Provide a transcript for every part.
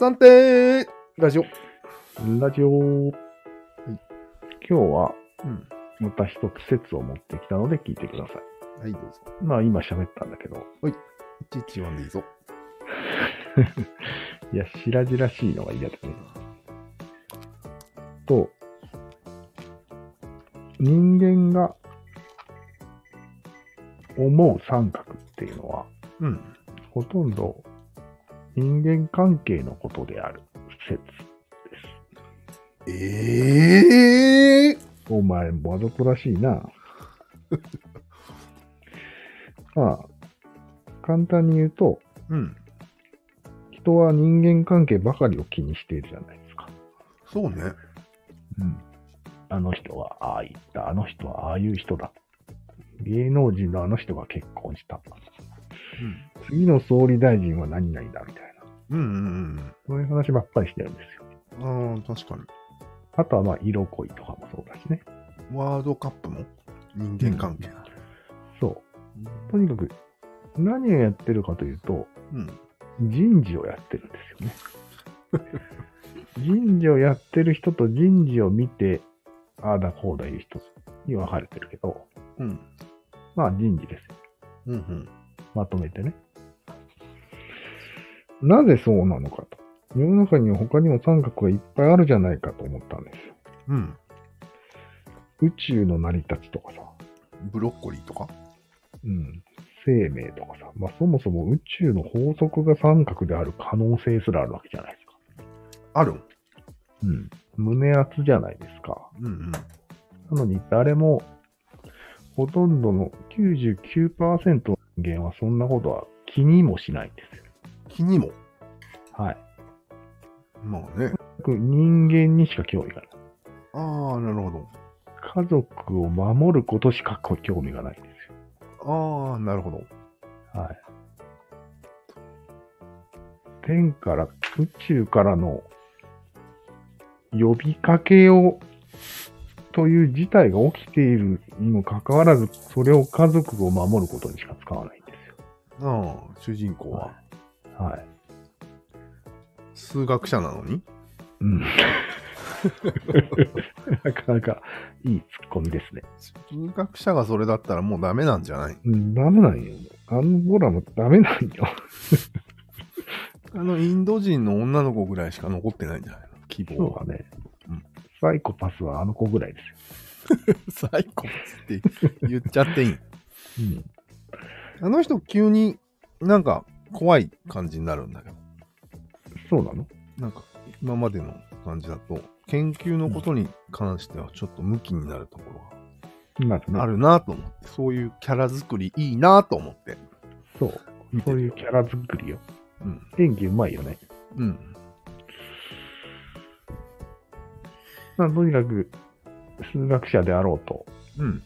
暫定ラジオ。ラジオ、今日はうん。また一つ説を持ってきたので聞いてください。はい、どうぞ。まあ今喋ったんだけど、いちいち読んでいいぞ。いや、白々しいのが嫌だね。と、人間が思う三角っていうのは、うん。ほとんど人間関係のことである説です。ええお前、わざとらしいな。 まあ、簡単に言うと、うん。人は人間関係ばかりを気にしているじゃないですか。そうね。うん。あの人はああ言った、あの人はああいう人だ。芸能人のあの人が結婚した。次の総理大臣は何々だみたいうな。ん。うんうんそういう話ばっかりしてるんですよ。うん。ああ、確かに。あとはまあ、色恋とかもそうだしね。ワールドカップも人間関係。そう。とにかく、何をやってるかというと、うん。人事をやってるんですよね。人事をやってる人と人事を見て、ああだこうだ言う人に分かれてるけど、うん。まあ人事ですよ。うん。うん。まとめてね。なぜそうなのかと。世の中には他にも三角がいっぱいあるじゃないかと思ったんですよ。うん。宇宙の成り立ちとかさ、ブロッコリーとか。うん、生命とかさ、まあそもそも宇宙の法則が三角である可能性すらあるわけじゃないですか。あるうん。胸圧じゃないですか。うんなのに誰も、ほとんどの99%の人間はそんなことは気にもしないんですよ。うん。気にも。はい。まあね。人間にしか興味がない。ああ、なるほ家族を守ることしか興味がないんですど。ああ、なるほど。よ。はい。天から、宇宙からの呼びかけを、という事態が起きているにもかかわらず、それを家族を守ることにしか使わないんですよ。ああ、主人公ははい。数学者なのにうん。なかなかいいツッコミですね。数学者がそれだったらもうダメなんじゃないうん、ダメなんよ。あのボラもダメなんよ。あの、インド人の女の子ぐらいしか残ってないんじゃないの希望そうは。だねうん。サイコパスはあの子ぐらいですよ。最高って言っちゃっていい。うん。あの人急になんか怖い感じになるんだけど。そうなのなんか今までの感じだと、研究のことに関してはちょっとムキになるとこなるろがある。るなと思って、そういうキャラ作りいいなと思って。そう。見てそうるいうキャラ作りよ。うん。演技うまいよね。うん。まあ、とにかく、数学者であろうと、うん。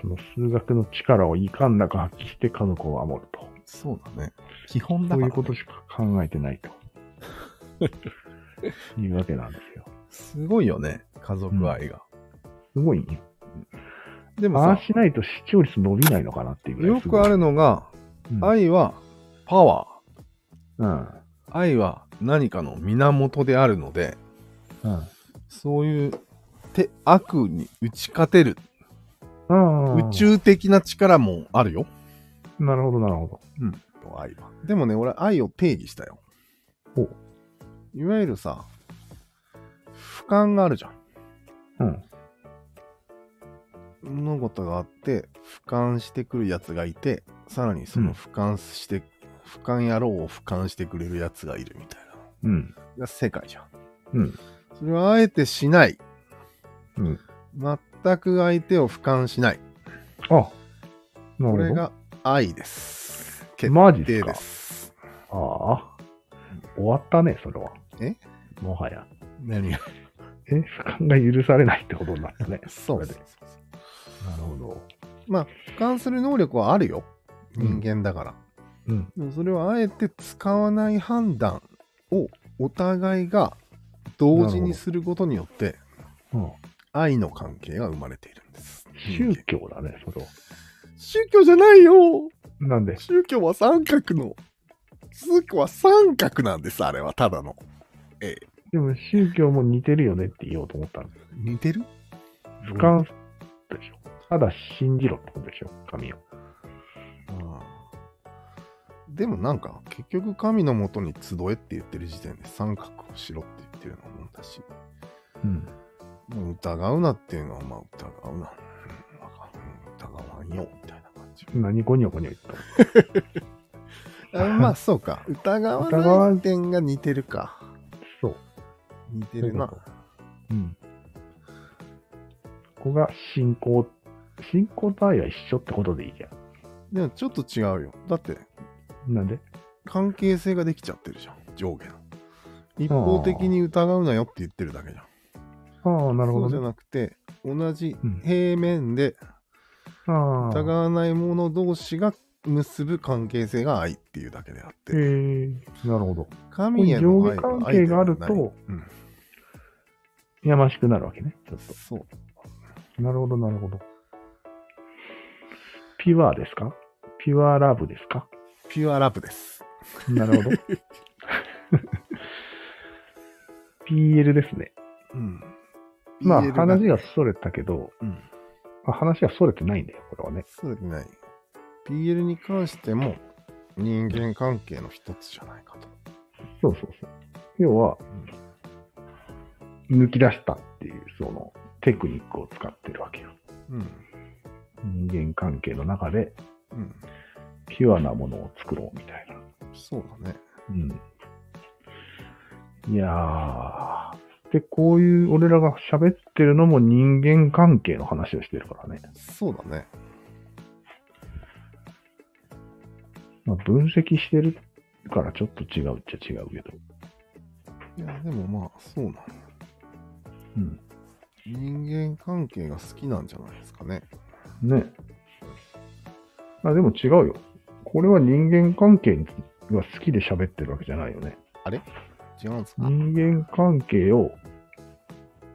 その数学の力をいかんなく発揮して家族を守ると。そうだね。基本そだうかいらうことしか考えてない と。いうわけなんですよ。すごいよね。家族愛が。すごいね。でもああさ、しないと視聴率伸びないのかなっていうぐらいよすごいくあるのが、うん愛はパワー。うん。愛は何かの源であるのでうん。そういう手悪に打ち勝てるああ宇。宙的な力もあるよ、なるほど、なるほど。愛はでもね俺愛を定義したよほういわゆるさ俯瞰があるじゃんうん。物事があって俯瞰してくるやつがいてさらにその俯瞰して、俯瞰野郎を俯瞰してくれるやつがいるみたいうん。なが世界じゃんうん。それはあえてしないうん。全く相手を俯瞰しないあ、なこるれほど。が愛です。決マジっ定すかです。ああ。終わったね、それは。えもはや。何が。え、俯瞰が許されないってことになったね そうこでれすで。なるほど。俯瞰する能力はあるよ。うん人間だから。うん。でもそれはあえて使わない判断をお互いが同時にすることによってうん、愛の関係が生まれているんです。人宗教だね、それは。間宗教じゃないよなんで、宗教は三角のつくは三角なんです、あれは、ただの。でも宗教も似てるよねって言おうと思ったんです。似てる俯瞰するでしょ。ただ信じろってことでしょ、神を。うんでもなんか、結局神のもとに集えって言ってる時点で三角をしろって言ってるようなもんだし、うん。もう疑うなっていうのは、まあ疑うな。うんわかるうん疑わんよ、みたいな感 じ。何ゴニョゴニョ言ったのあまあそうか。疑わ疑わないん点が似てるか。そう。似てるなそう。うん。ここが信仰、信仰と愛は一緒ってことでいいじゃでもちょっと違うよ。だって、ん。なんで関係性ができちゃってるじゃん。上下の。一方的に疑うなよって言ってるだけじゃん。ああ、なるそほうじゃどね。なくて、同じうん平面であ疑あ。わない者同士が結ぶ関係性が愛っていうだけであっへえて、なるほど。神への愛はこういう上下関愛で係がはあなるいとうん、やましくなるわけね。ちょっそう。と。なるほど、なるほど。ピュアですかピュアラブですかピュアラブです。な るほど。PL ですね。うん。ま BL あが話がそれたけど、うん。まあ話がそれてないんだよ、これはね。そうでない。BL に関しても人間関係の一つじゃないかと。そうそうそう。要は、抜き出したっていう、そのテクニックを使ってるわけよ。うん。人間関係の中で、うん。ピュアなものを作ろうみたいな。そうだね。うん。いやー。で、こういう俺らが喋ってるのも人間関係の話をしてるからね。そうだね。まあ、分析してるからちょっと違うっちゃ違うけど。いや、でもまあ、そうなんだ。うん。人間関係が好きなんじゃないですかね。ね。あ、でも違うよ。これは人間関係が好きで喋ってるわけじゃないよね。違うんですか、人間関係を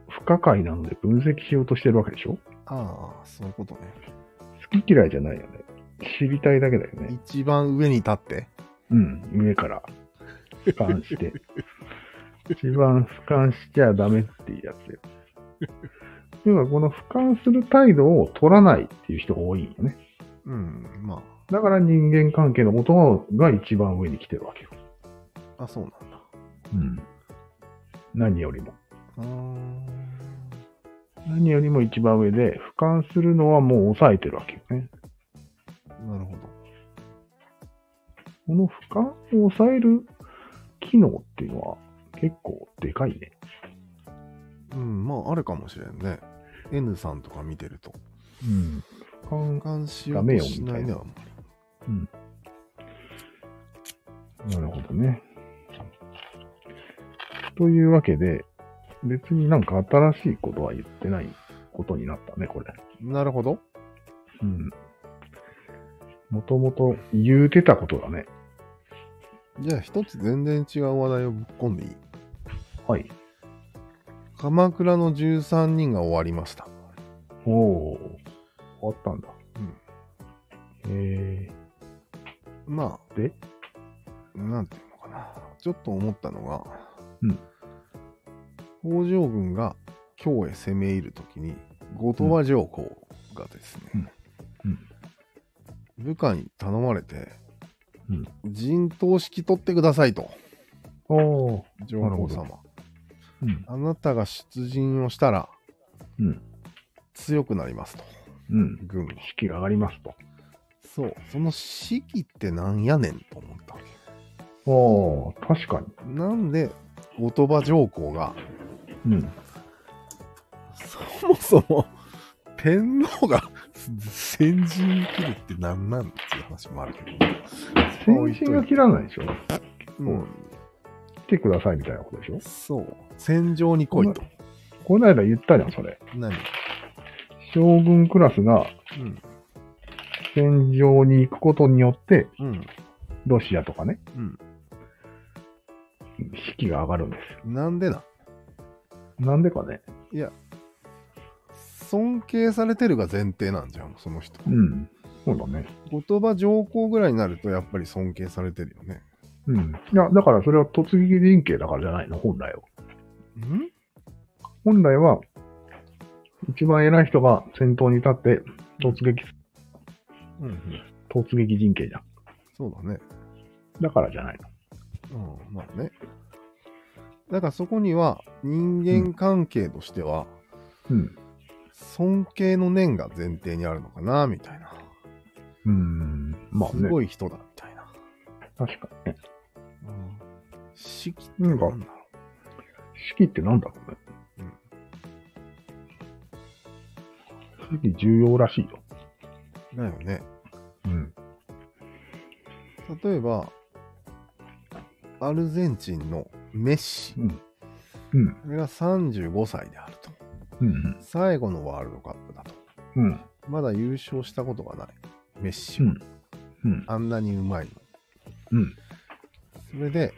不可解なので分析しようとしてるわけでしょああ、そういうことね。好き嫌いじゃないよね。知りたいだけだよね。一番上に立って。うん、上から俯瞰 して。一番俯瞰しちゃダメっていうやつよ。要はこの俯瞰する態度を取らないっていう人が多いんよね。うん、まだから人間関係のことが一番上に来てるわけよ。あ、あ、そうなんだ。うん。何よりも。うーん。何よりも一番上で、俯瞰するのはもう抑えてるわけよね。なるほど。この俯瞰を抑える機能っていうのは結構でかいね。うん、まあ、あるかもしれんね。N さんとか見てると。うん。俯俯瞰しようとしないね、あんまり。瞰、なるほどね。というわけで、別になんか新しいことは言ってないことになったね、これ。なるほど。うん。もともと言うてたことだね。じゃあ、一つ全然違う話題をぶっ込んでいいはい。鎌倉の13人が終わりました。おおー、終わったんだ。へえ。まあ、でなんていうのかな。ちょっと思ったのが、うん北条軍が京へ攻め入るときに、後鳥羽上皇がですね、うん部下に頼まれて、うん陣頭指揮取ってくださいと、おお。上皇なる様。うん。あなたが出陣をしたらうん。強くなりますと、うん。軍が。士気が上がりますと。そう、その指揮ってなんやねんと思ったわけ。おお、確かなんで、後鳥羽上皇が、に。うん。そもそも、天皇が先陣に切るって何なんっていう話もあるけど。先進が切らないでしょ。うん、来てくださいみたいなことでしょ。そう。戦場に来いと。この間言ったじゃん、それ。何将軍クラスがうん。戦場に行くことによって、うん。ロシアとかね、うん。士気が上がるんですなんでなよ。なんでかね。尊敬されてるが前提なんじゃん、その人。うん。そうだね。言葉上皇ぐらいになるとやっぱり尊敬されてるよね。うん。いや、だからそれは突撃連携だからじゃないの、本来は。ん本来は、一番偉い人が先頭に立って、突撃、うんうん。突撃陣形じゃん。そうだね。だからじゃないの。うん、まあね。だからそこには人間関係としては、うん。尊敬の念が前提にあるのかな、みたいな。うーん。まあすね。ごい人だ、みたいな。確かにね。うん。式ってななんんかだろう。式ってなんだろうね。うん。式重要らしいよ。だよね。うん。例えば、アルゼンチンのメッシ。うん。これが35歳であると。うん。最後のワールドカップだと。うん。まだ優勝したことがない。メッシは。うんうん。あんなにうまいの。うん。それで、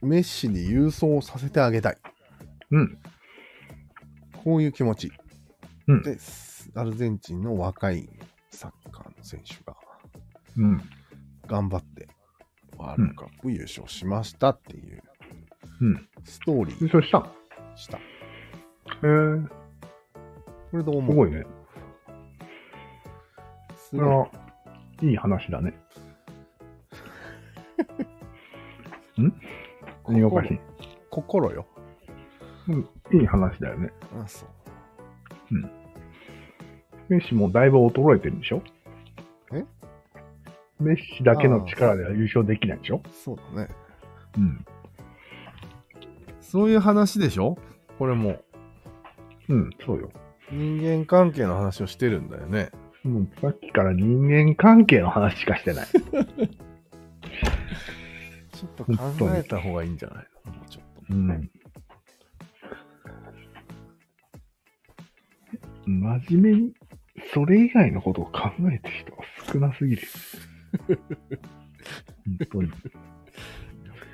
メッシに郵送させてあげたい。うん。こういう気持ち。うんで、アルゼンチンの若いサッカーの選手がうん。頑張ってワールドカップ優勝しましたっていううん。ストーリ優ー勝したのした。えー、これどうす思ごういね。すそれは、いい話だね。何がおかしい心心よ。うんいい話だよね。あ、そう。メッシもだいぶ衰えてるんでしょえメッシだけの力では優勝できないでしょそうだね。うん。そういう話でしょこれもうん、そうよ。人間関係の話をしてるんだよね。もうさっきから人間関係の話しかしてない。ちょっと考本当にえた方がいいんじゃないのもうちょっと。うん。真面目に、それ以外のことを考えてる人は少なすぎる。本やっ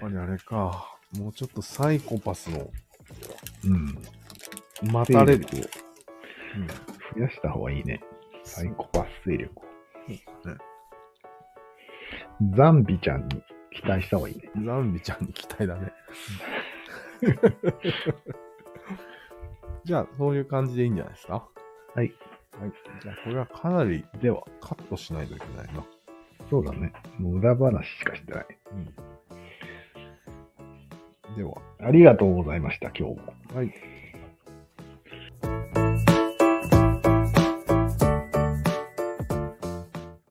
ぱりあれか。もうちょっとサイコパスの当に。うん。待たれる。勢力を増やした方がいいね。サイコパス勢力を。ザンビちゃんに期待した方がいいね。うんザンビちゃんに期待だね。じゃあ、そういう感じでいいんじゃないですかはい。はい。じゃあ、これはかなりでは、カットしないといけないな。そうだね。もう裏話しかしてない。では、ありがとうございました、今日も。はい。